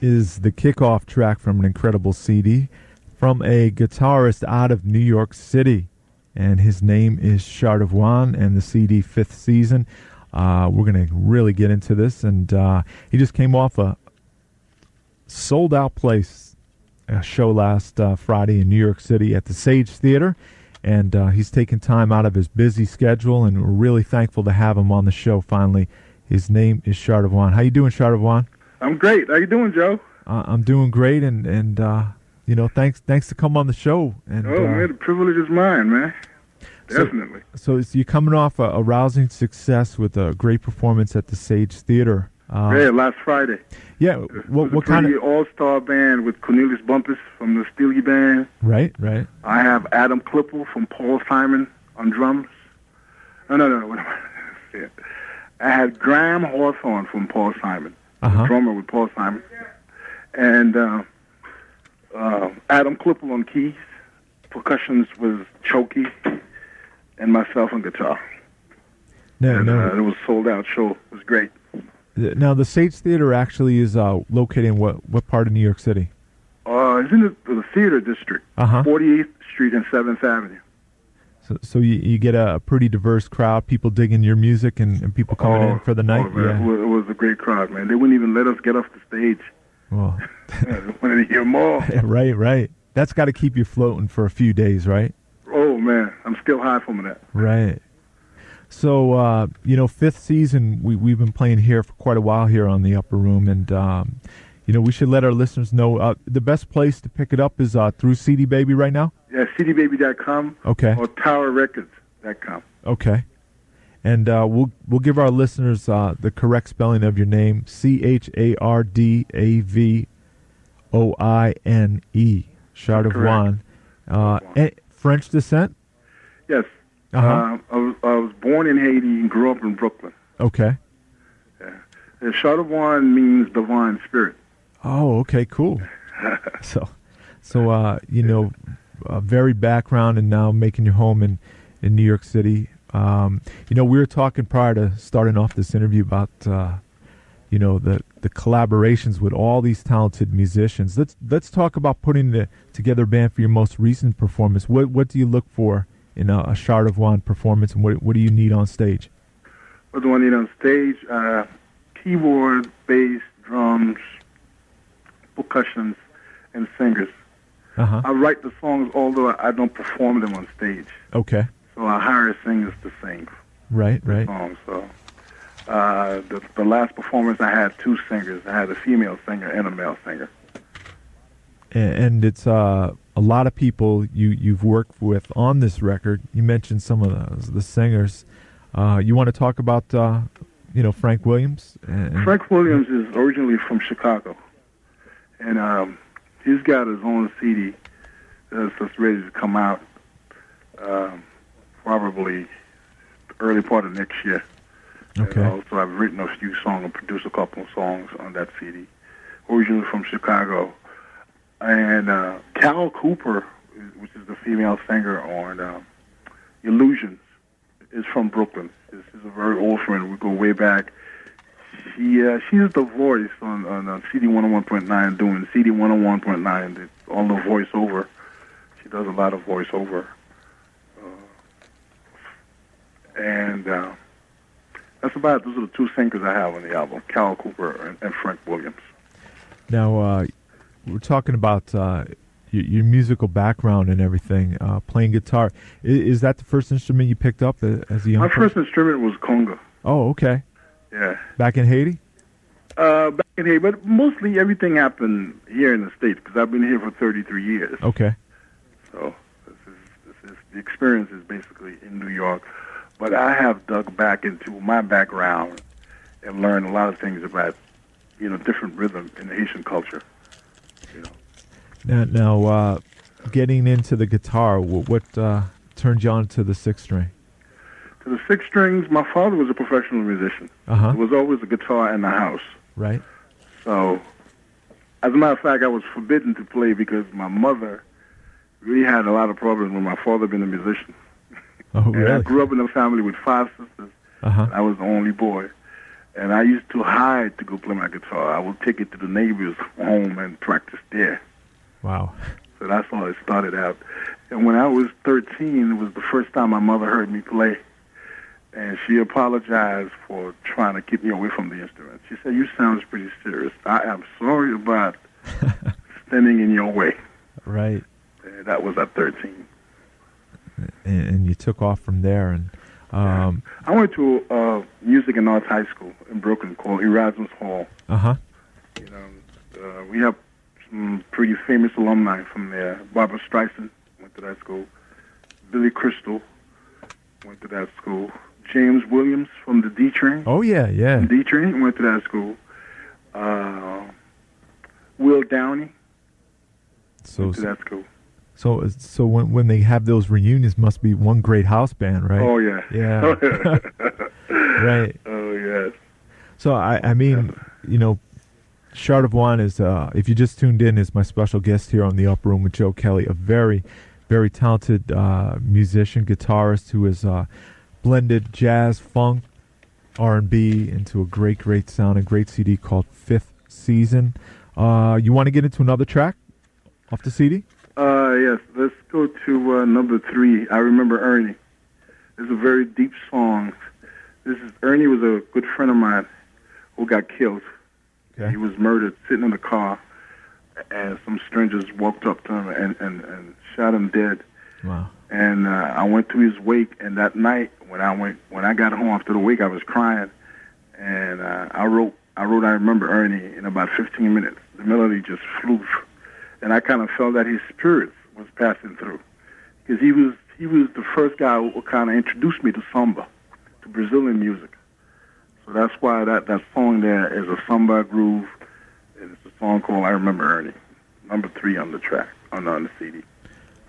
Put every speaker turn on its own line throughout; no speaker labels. is the kickoff track from an incredible CD from a guitarist out of New York City. And his name is Shardavwan and the CD Fifth Season. Uh, we're going to really get into this. And uh, he just came off a sold out place a show last uh, Friday in New York City at the Sage Theater. And uh, he's taken time out of his busy schedule, and we're really thankful to have him on the show finally. His name is Shardavwan. How you doing, Shardavwan?
I'm great. How you doing, Joe?
Uh, I'm doing great, and and uh, you know, thanks thanks to come on the show. And
oh
uh,
man, the privilege is mine, man.
so-
Definitely.
So, it's, you're coming off a, a rousing success with a great performance at the Sage Theater. Uh,
yeah, last Friday.
yeah.
It was
What
a
what kind of
pretty all-star band with Cornelius Bumpus from the Steely Band.
right right?
I have Adam Klippel from Paul Simon on drums. No, no, no. What am I? Yeah. I have Graham Hawthorne from Paul Simon,
Uh huh.
drummer with Paul Simon, and uh, uh, Adam Klippel on keys. Percussions was Chokey, and myself on guitar.
No
And,
no.
uh, it was a sold-out show. It was great.
Th- Now the Sage Theater actually is uh, located in what what part of New York City?
Uh, it's in the, the theater district,
Uh huh.
48th Street and 7th Avenue.
So, so you, you get a pretty diverse crowd, people digging your music, and, and people coming in for the night.
oh, man, it, was, it was a great crowd, man. They wouldn't even let us get off the stage.
yeah. Well,
I wanted to hear more.
yeah, right, right. That's got to keep you floating for a few days, right?
Oh man, I'm still high from that.
Right. So uh, you know, fifth season we we've been playing here for quite a while here on the upper room, and um, you know we should let our listeners know uh, the best place to pick it up is uh, through CD Baby right now.
Yeah, cdbaby.com
Okay.
or towerrecords.com.
Okay. And uh, we'll we'll give our listeners uh, the correct spelling of your name: C H A R D A V O I N E. Shardavwan. Uh, eh, French descent.
Yes,
Uh-huh.
uh, I, was, I was born in Haiti and grew up in Brooklyn.
Okay.
And Shadawan means divine spirit.
Oh, okay, cool. so, so uh, you know, a varied background, and now making your home in in New York City. Um, you know, we were talking prior to starting off this interview about uh, you know the the collaborations with all these talented musicians. Let's let's talk about putting the, together a band for your most recent performance. What what do you look for in a, a Shard of One performance, and what what do you need on stage?
What do I need on stage? Uh, keyboard, bass, drums, percussions, and singers.
Uh huh.
I write the songs, although I don't perform them on stage.
Okay.
So I hire singers to sing.
Right. Right.
song. So uh, the, the last performance, I had two singers. I had a female singer and a male singer.
and, and it's uh, a lot of people you you've worked with on this record. You mentioned some of the, the singers. Uh, you want to talk about uh, you know Frank Williams? And, and-
Frank Williams is originally from Chicago, and um, he's got his own CD that's just ready to come out um, probably the early part of next year.
Okay.
And also, I've written a few songs and produced a couple of songs on that CD. Originally from Chicago. And uh, Cal Cooper, which is the female singer on uh, Illusions, is from Brooklyn. This is a very old friend. We go way back. She uh, she's the voice on, on uh, CD 101.9 doing CD 101.9 the- all the voiceover. She does a lot of voiceover. Uh, and uh, that's about it. Those are the two singers I have on the album: Cal Cooper and, and Frank Williams.
Now uh, we're talking about uh, your, your musical background and everything. Uh, playing guitar I- is, that the first instrument you picked up a- as a young?
My
person?
first instrument was conga.
Oh, okay.
Yeah,
Back in Haiti.
uh, back in Haiti, but mostly everything happened here in the states because I've been here for 33 years.
Okay.
So this is, this is the experience is basically in New York, but I have dug back into my background and learned a lot of things about you know different rhythm in Haitian culture. You
Now,
know,
now uh, getting into the guitar, what, what uh, turned you on to the sixth string?
to the six strings, my father was a professional musician.
Uh huh.
There was always a guitar in the house.
Right.
So, as a matter of fact, I was forbidden to play because my mother really had a lot of problems with my father being a musician.
Oh,
And I
really?
grew up in a family with five sisters.
Uh huh.
I was the only boy. And I used to hide to go play my guitar. I would take it to the neighbor's home and practice there.
Wow.
So that's how it started out. And when I was 13, it was the first time my mother heard me play. And she apologized for trying to keep me away from the instrument. She said, you sounds pretty serious. I am sorry about standing in your way.
Right.
And that was at 13.
And, and you took off from there. And um,
I went to uh, music and arts high school in Brooklyn called Erasmus Hall.
uh huh.
You know, uh, we have some pretty famous alumni from there. Barbara Streisand went to that school. Billy Crystal went to that school. James Williams from the D Train.
Oh yeah, yeah.
D Train went to that school. Uh, Will Downey
So
went to that school.
so so when when they have those reunions, must be one great house band, right?
Oh yeah.
Yeah. right.
oh yes.
So I, I mean, you know, Shard of Wine is, uh, if you just tuned in, is my special guest here on the Up Room with Joe Kelly, a very, very talented uh, musician, guitarist who has uh, blended jazz, funk, R and B into a great, great sound, a great CD called Fifth Season. Uh, you want to get into another track off the CD?
Uh, yes, let's go to uh, number three. I remember Ernie. It's a very deep song. This is Ernie was a good friend of mine who got killed.
Okay.
He was murdered sitting in the car, and some strangers walked up to him and, and, and shot him dead.
Wow.
And uh, I went to his wake, and that night when I went when I got home after the wake, I was crying, and uh, I wrote I wrote I remember Ernie in about 15 minutes. The melody just flew, and I kind of felt that his spirit was passing through, because he was he was the first guy who kind of introduced me to samba, to Brazilian music. So that's why that that song there is a samba groove, and it's a song called I Remember Ernie, number three on the track on the, on the CD.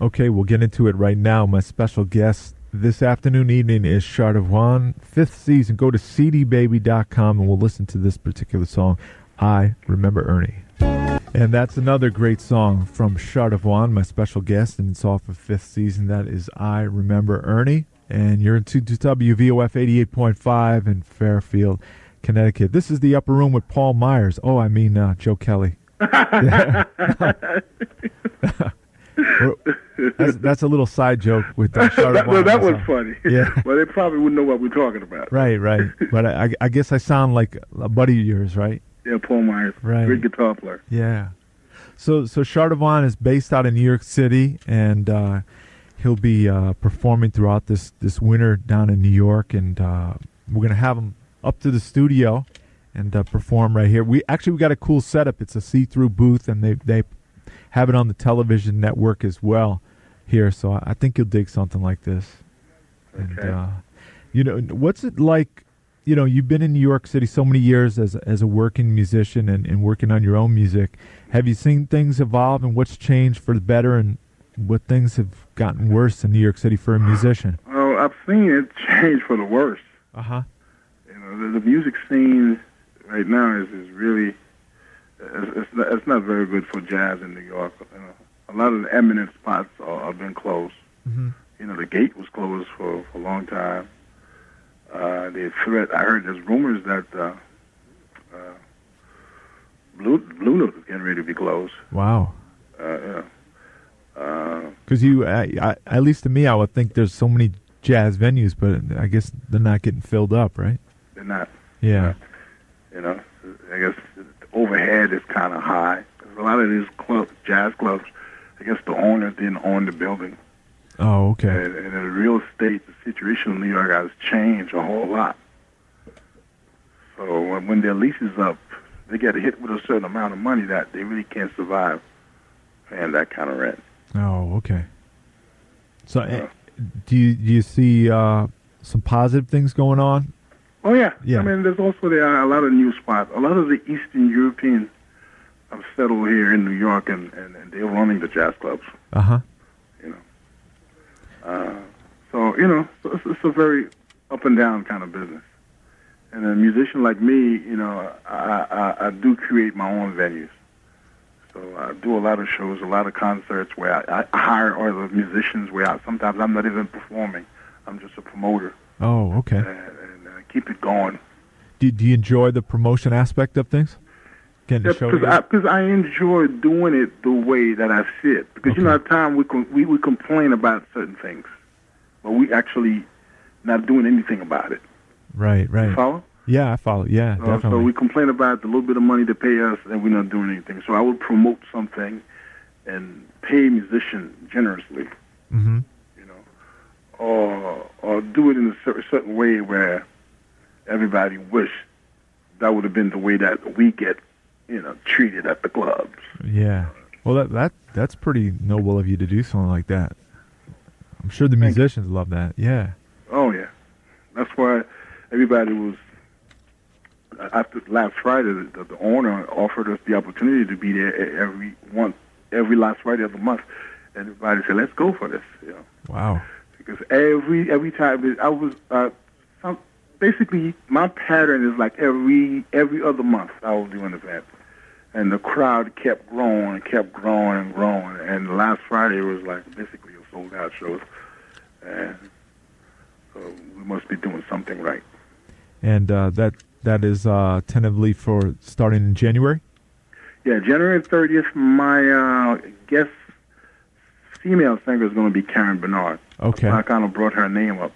Okay, we'll get into it right now. My special guest this afternoon, evening is Chardavon, fifth season. Go to cdbaby.com and we'll listen to this particular song, I Remember Ernie. And that's another great song from Chardavon, my special guest, and it's off of fifth season. That is I Remember Ernie. And you're in 2WVOF 88.5 in Fairfield, Connecticut. This is the upper room with Paul Myers. Oh, I mean, uh, Joe Kelly. that's, that's a little side joke with uh, Charlotte
no, that was
Wanda.
funny.
Yeah.
well, they probably wouldn't know what we're talking about.
right, right. But I, I- I guess I sound like a buddy of yours, right?
Yeah, Paul Myers,
Right.
great guitar player.
Yeah. So so Chardavon is based out in New York City, and uh, he'll be uh, performing throughout this this winter down in New York, and uh, we're gonna have him up to the studio and uh, perform right here. We actually we got a cool setup. It's a see through booth, and they they have it on the television network as well here. So I, I think you'll dig something like this. And,
Okay.
uh, you know, what's it like? You know, you've been in New York City so many years as as a working musician and, and working on your own music. Have you seen things evolve and what's changed for the better and what things have gotten worse in New York City for a musician?
Well, Oh, I've seen it change for the worse.
Uh huh.
You know, the, the music scene right now is is really it's, it's, not, it's not very good for jazz in New York. You know, a lot of the eminent spots are, are been closed.
hmm
You know, the gate was closed for, for a long time. Uh, the threat, I heard there's rumors that uh, uh, Blue, Blue Note is getting ready to be closed.
Wow.
Uh, yeah. Uh,
Because you, I, I, at least to me, I would think there's so many jazz venues, but I guess they're not getting filled up, right?
they're not,
Yeah.
you know, I guess the overhead is kind of high. 'Cause a lot of these clubs, jazz clubs, I guess the owner didn't own the building.
Oh, okay.
And, and in real estate, the situation in New York has changed a whole lot. So when, when their lease is up, they get hit with a certain amount of money that they really can't survive paying that kind of rent.
Oh, okay. So, eh, do you do you see uh, some positive things going on?
Oh yeah.
Yeah.
I mean, there's also there are a lot of new spots. A lot of the Eastern Europeans have settled here in New York, and, and, and they're running the jazz clubs.
Uh
Uh-huh.
huh.
Uh, so you know, so it's, it's a very up and down kind of business. And a musician like me, you know, I, I, I do create my own venues. So I do a lot of shows, a lot of concerts where I, I hire other musicians. Where I, sometimes I'm not even performing; I'm just a promoter
Oh, okay.
and, and uh, keep it going.
do, do you enjoy the promotion aspect of things? Getting the show
Because I,
together?
because I enjoy doing it the way that I see it. Because you know,
Okay.
at time we com- we we complain about certain things, but we actually not doing anything about it.
right,
You
right.
Follow?
Yeah, I follow. Yeah,
Uh, so
definitely.
we complain about the little bit of money they pay us, and we're not doing anything. So I would promote something and pay a musician generously.
hmm
you know, or or do it in a cer- certain way where everybody wish that would have been the way that we get, you know, treated at the clubs.
Yeah. Well, that that that's pretty noble of you to do something like that. I'm sure the
Thank you.
musicians love that. Yeah.
Oh yeah, that's why everybody was. After last Friday, the, the owner offered us the opportunity to be there e- every one, every last Friday of the month. And everybody said, "Let's go for this," you know,
Wow.
because every every time I was uh, some, basically my pattern is like every every other month I will do an event, and the crowd kept growing and kept growing and growing. And last Friday was like basically a sold out show, and so we must be doing something right.
And uh, that that is uh, tentatively for starting in January.
Yeah, January thirtieth, my uh, guest female singer is going to be Karen Bernard.
Okay.
I kind of brought her name up.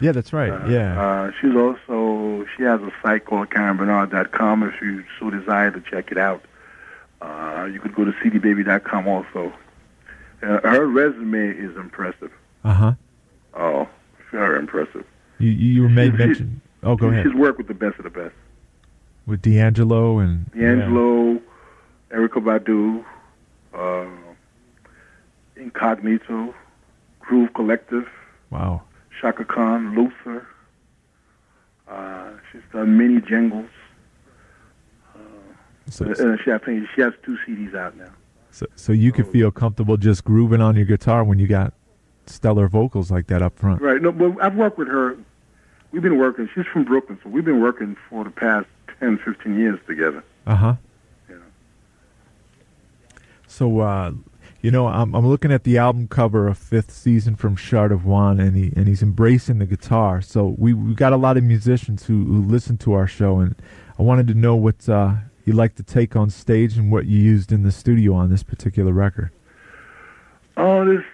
Yeah, that's right.
Uh,
yeah.
Uh, she's also she has a site called KarenBernard.com. If you so desire to check it out, uh, you could go to CDBaby.com also. Uh, her resume is impressive.
Uh huh.
Oh, very impressive.
You you made
she-
mention. Oh, go
She-
ahead.
She's worked with the best of the best:
With D'Angelo and
D'Angelo, Erica Badu, uh, Incognito, Groove Collective,
Yeah. Wow.
Shaka Khan, Luther. Uh, she's done many jingles.
So,
Uh, she, I think she has two CDs out now.
so so you could feel comfortable just grooving on your guitar when you got stellar vocals like that up front.
Right. No, but I've worked with her. We've been working. She's from Brooklyn, so we've been working for the past 10, 15 years together.
Uh huh.
Yeah.
So, uh, you know, I'm, I'm looking at the album cover of Fifth Season from Shard of Juan, and he and he's embracing the guitar. So we we got a lot of musicians who, who listen to our show, and I wanted to know what uh, you like to take on stage and what you used in the studio on this particular record.
Oh, this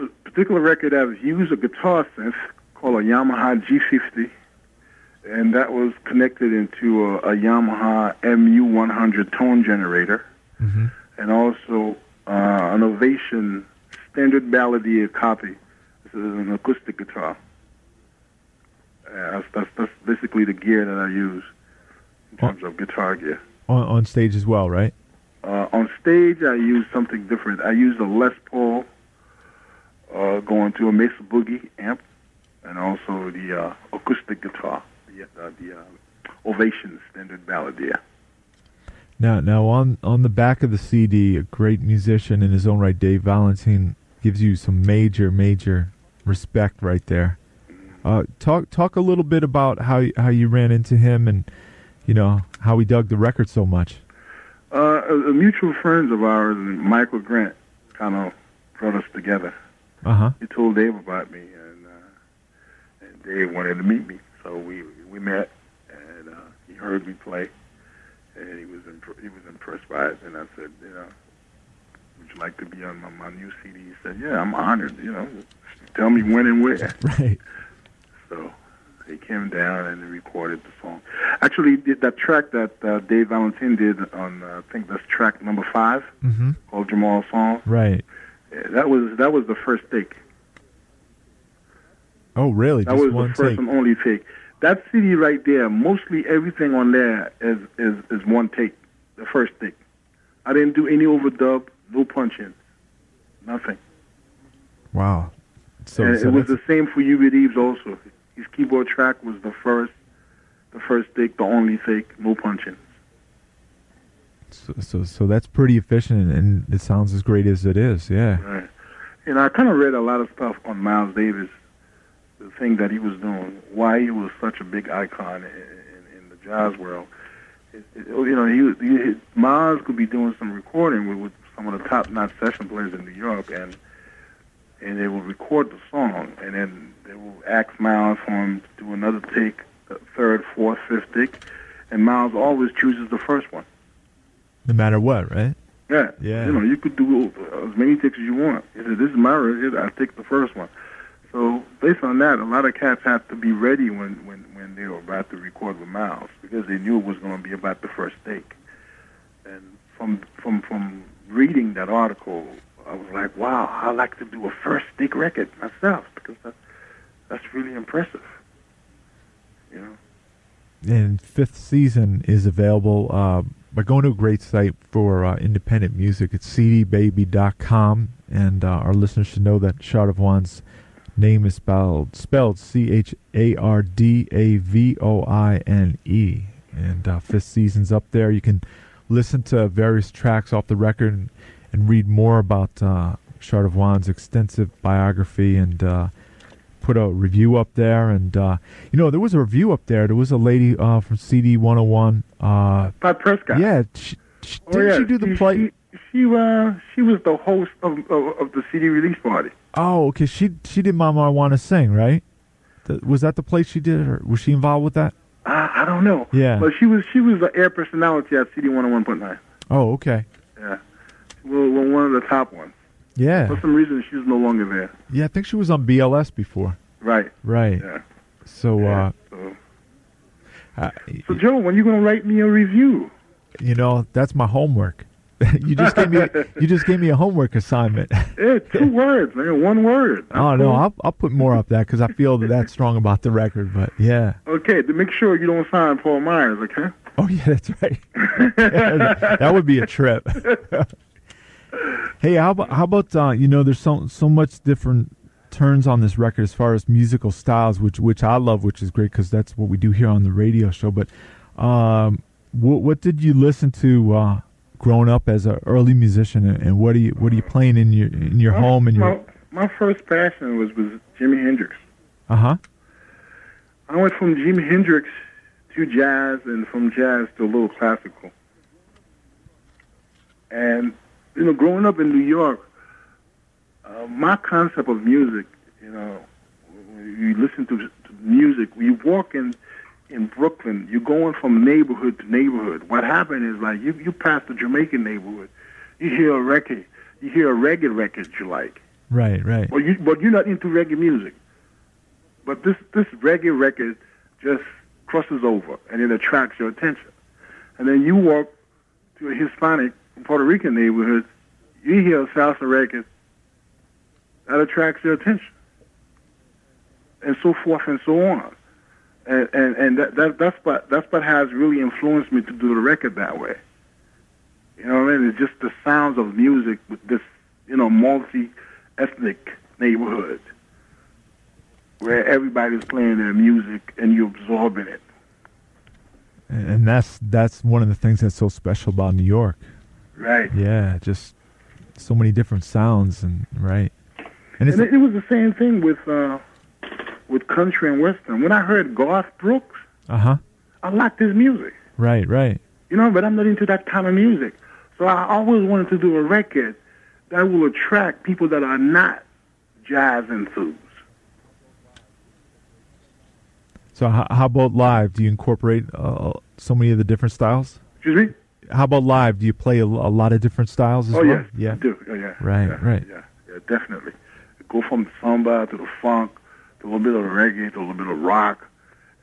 uh, particular record, I've used a guitar synth called a Yamaha G50, and that was connected into a, a Yamaha MU100 tone generator,
Mm-hmm.
and also uh, an Ovation standard balladeer copy. This is an acoustic guitar. Uh, that's, that's, that's basically the gear that I use in terms of guitar gear.
On on stage as well, right?
Uh, on stage, I used something different. I used a Les Paul uh, going to a Mesa Boogie amp, and also the uh, acoustic guitar, the, uh, the uh, Ovation standard balladeer.
Now, now on on the back of the CD, a great musician in his own right, Dave Valentine, gives you some major, major respect right there. Uh, talk talk a little bit about how y- how you ran into him and you know how he dug the record so much.
Uh, a, a mutual friends of ours, Michael Grant, kind of brought us together.
Uh huh.
He told Dave about me, and, uh, and Dave wanted to meet me, so we we met, and uh, he heard me play, and he was imp- he was impressed by it, and I said, you know, would you like to be on my, my new CD? He said, yeah, I'm honored. You know, tell me when and where.
Right.
So he came down and he recorded the song. Actually, th- that track that uh, Dave Valentine did on, uh, I think that's track number five
Mm-hmm.
called Jamal's song.
Right.
Yeah, that was that was the first take.
Oh, really?
That
Just
was
one
the first
take.
and only take. That CD right there, mostly everything on there is, is, is one take, the first take. I didn't do any overdub, no punching, nothing.
Wow. So,
and
so
it was
that's-
the same for Hubert Eves also. His keyboard track was the first, the first take, the only take, no punching.
so, so so that's pretty efficient, and, and it sounds as great as it is. Yeah.
Right. And I kind of read a lot of stuff on Miles Davis, the thing that he was doing, why he was such a big icon in, in, in the jazz world. It, it, oh, you know, he, was- he, he Miles could be doing some recording with, with some of the top-notch session players in New York, and and they would record the song, and then they would ask Miles for him to do another take, a third, uh, fourth, fifth take, and Miles always chooses the first one.
No matter what, right?
Yeah.
Yeah.
You know, you could do as many takes as you want. He said, "This is my record. I take the first one." So based on that, a lot of cats had to be ready when when when they were about to record with Miles because they knew it was going to be about the first take. And from from from reading that article, I was like, "Wow, I like to do a first take record myself because that that's really impressive." You know.
And fifth season is available uh, by going to a great site for uh, independent music. It's cdbaby.com, and uh, our listeners should know that Shard of Wands name is spelled spelled C H A R D A V O I N E. And uh, fifth season's up there. You can listen to various tracks off the record and, and read more about uh, Shard of Wands' extensive biography and uh, put a review up there. And, uh, you know, there was a review up there. There was a lady uh, from CD 101. Uh,
By Prescott.
yeah, she, she,
Oh,
didn't
yeah.
she do the
she,
play?
She, she, uh, she was the host of, of of the CD release party.
Oh, okay. She she did Mama I Wanna Sing, right? Th- was that the place she did, or was she involved with that?
I, I don't know.
Yeah.
But she was she was the air personality at CD 101.9.
Oh, okay.
Yeah. Well, well, one of the top ones. For
Yeah,
some reason, she's no longer there.
yeah. I think she was on BLS before,
Right.
right?
Yeah. Uh-huh.
So, uh,
So,
I,
so Joe, when you gonna write me a review?
you know, that's my homework. you just gave me you just gave me a homework assignment.
Eh, two words, man. One word.
oh no, I'll I'll put more up that because I feel that that's strong about the record. But yeah,
Okay, to make sure you don't sign Paul Myers, okay?
oh yeah, that's right. that would be a trip. hey, how about how about uh, you know? There's so so much different turns on this record as far as musical styles, which which I love, which is great because that's what we do here on the radio show. But um, what what did you listen to uh, growing up as an early musician, and, and what are you what are you playing in your in your home and
my,
your
my first passion was was Jimi Hendrix.
uh huh
I went from Jimi Hendrix to jazz and from jazz to a little classical. And, you know, growing up in New York, uh, my concept of music, you know, you listen to, to music, you walk in, in Brooklyn, you're going from neighborhood to neighborhood. What happened is, like, you, you pass the Jamaican neighborhood, you hear a record, you hear a reggae record you like.
right right
But you but you're not into reggae music. But this this reggae record just crosses over and it attracts your attention. And then you walk to a Hispanic Puerto Rican neighborhood, you hear a salsa record that attracts your attention. And so forth and so on. And and, and that, that that's what that's what has really influenced me to do the record that way. You know what I mean? It's just the sounds of music with this, you know, multi ethnic neighborhood where everybody's playing their music and you're absorbing it.
and, and that's that's one of the things that's so special about New York.
Right.
Yeah, just so many different sounds and right. And it's
And it, it was the same thing with uh, with country and western. When I heard Garth Brooks,
uh huh.
I liked his music,
Right, right.
you know, but I'm not into that kind of music. So I always wanted to do a record that will attract people that are not jazz enthused.
So how, how about live? Do you incorporate uh, so many of the different styles?
Excuse me?
How about live? Do you play a, a lot of different styles as
Oh,
well?
yes. I do. Oh, yeah.
Right,
Yeah,
right.
Yeah, yeah, definitely. Go from samba to the funk to a little bit of reggae to a little bit of rock,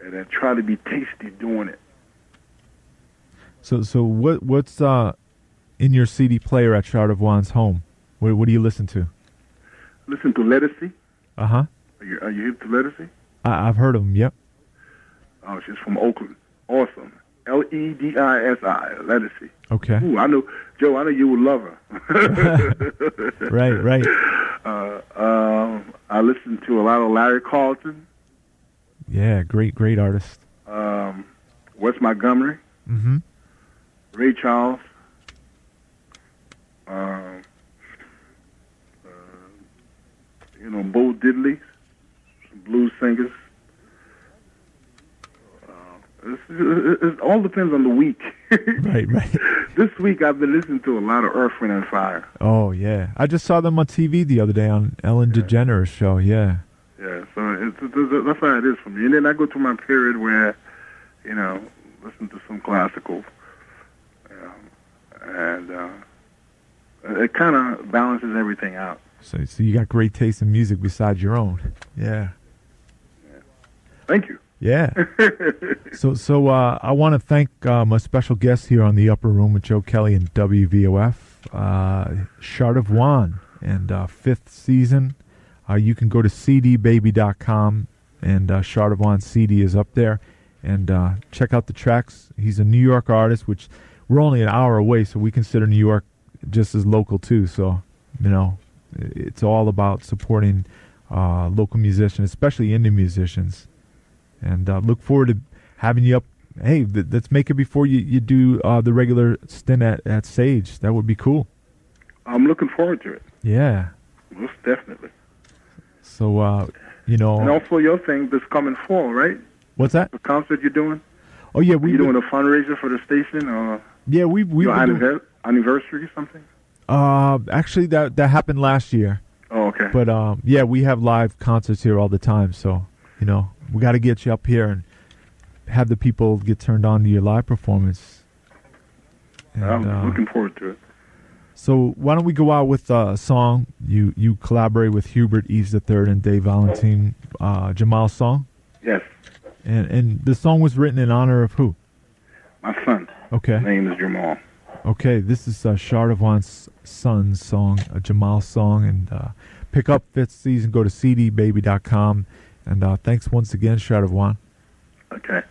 and then try to be tasty doing it.
So so what what's uh in your CD player at Shard of Wands home? What what do you listen to?
Listen to Lettucey.
Uh huh.
Are you, are you hip to Lettucey?
I, I've heard of them. Yep.
Oh, she's from Oakland. Awesome. L E D I S I. Lettucey.
Okay.
Ooh, I know, Joe. I know you would love her.
Right, right.
uh, um, I listen to a lot of Larry Carlton,
Yeah, great great artist.
um, Wes Montgomery.
Mm-hmm.
Ray Charles, um, uh, you know, Bo Diddley, some blues singers. Uh, it's, it, it- it all depends on the week.
Right, right.
this week I've been listening to a lot of Earth, Wind, and Fire.
Oh yeah. I just saw them on TV the other day on Ellen DeGeneres show. Yeah.
Yeah, so it's, it's, it's- that's how it is for me. And then I go through my period where, you know, listen to some classical, um, and uh, it kind of balances everything out.
So, so you got great taste in music besides your own. Yeah.
Thank you.
Yeah. so, so uh, I want to thank uh, my special guest here on the Upper Room with Joe Kelly and WVOF, uh, Shard of Juan, and uh, fifth season. Uh, you can go to cdbaby.com, and uh, Shard of Juan CD is up there, and uh, check out the tracks. He's a New York artist, which we're only an hour away, so we consider New York just as local too. So, you know, i- it's all about supporting uh, local musicians, especially indie musicians and uh, look forward to having you up. Hey, th- let's make it before you, you do uh, the regular stint at, at Sage. That would be cool.
I'm looking forward to it,
Yeah.
most definitely.
So, uh, you know,
And also your thing this coming fall, right?
what's that?
The concert you're doing?
Oh yeah,
Are
we
you doing
doing
a fundraiser for the station or
yeah we we
your
were doing-
anniver- anniversary or something?
uh actually that that happened last year,
Oh, okay.
but um yeah we have live concerts here all the time. So you know we got to get you up here and have the people get turned on to your live performance.
I'm
And, uh,
looking forward to it.
So why don't we go out with uh, a song? You you collaborate with Hubert Eves III and Dave Valentine, uh, Jamal's song,
Yes,
and and the song was written in honor of who?
my son. His
Okay,
name is Jamal.
okay. This is uh, Shardavan's son's song, a Jamal song, and uh, pick up fifth season. Go to cdbaby.com, and uh, thanks once again, Shardavan.
Okay.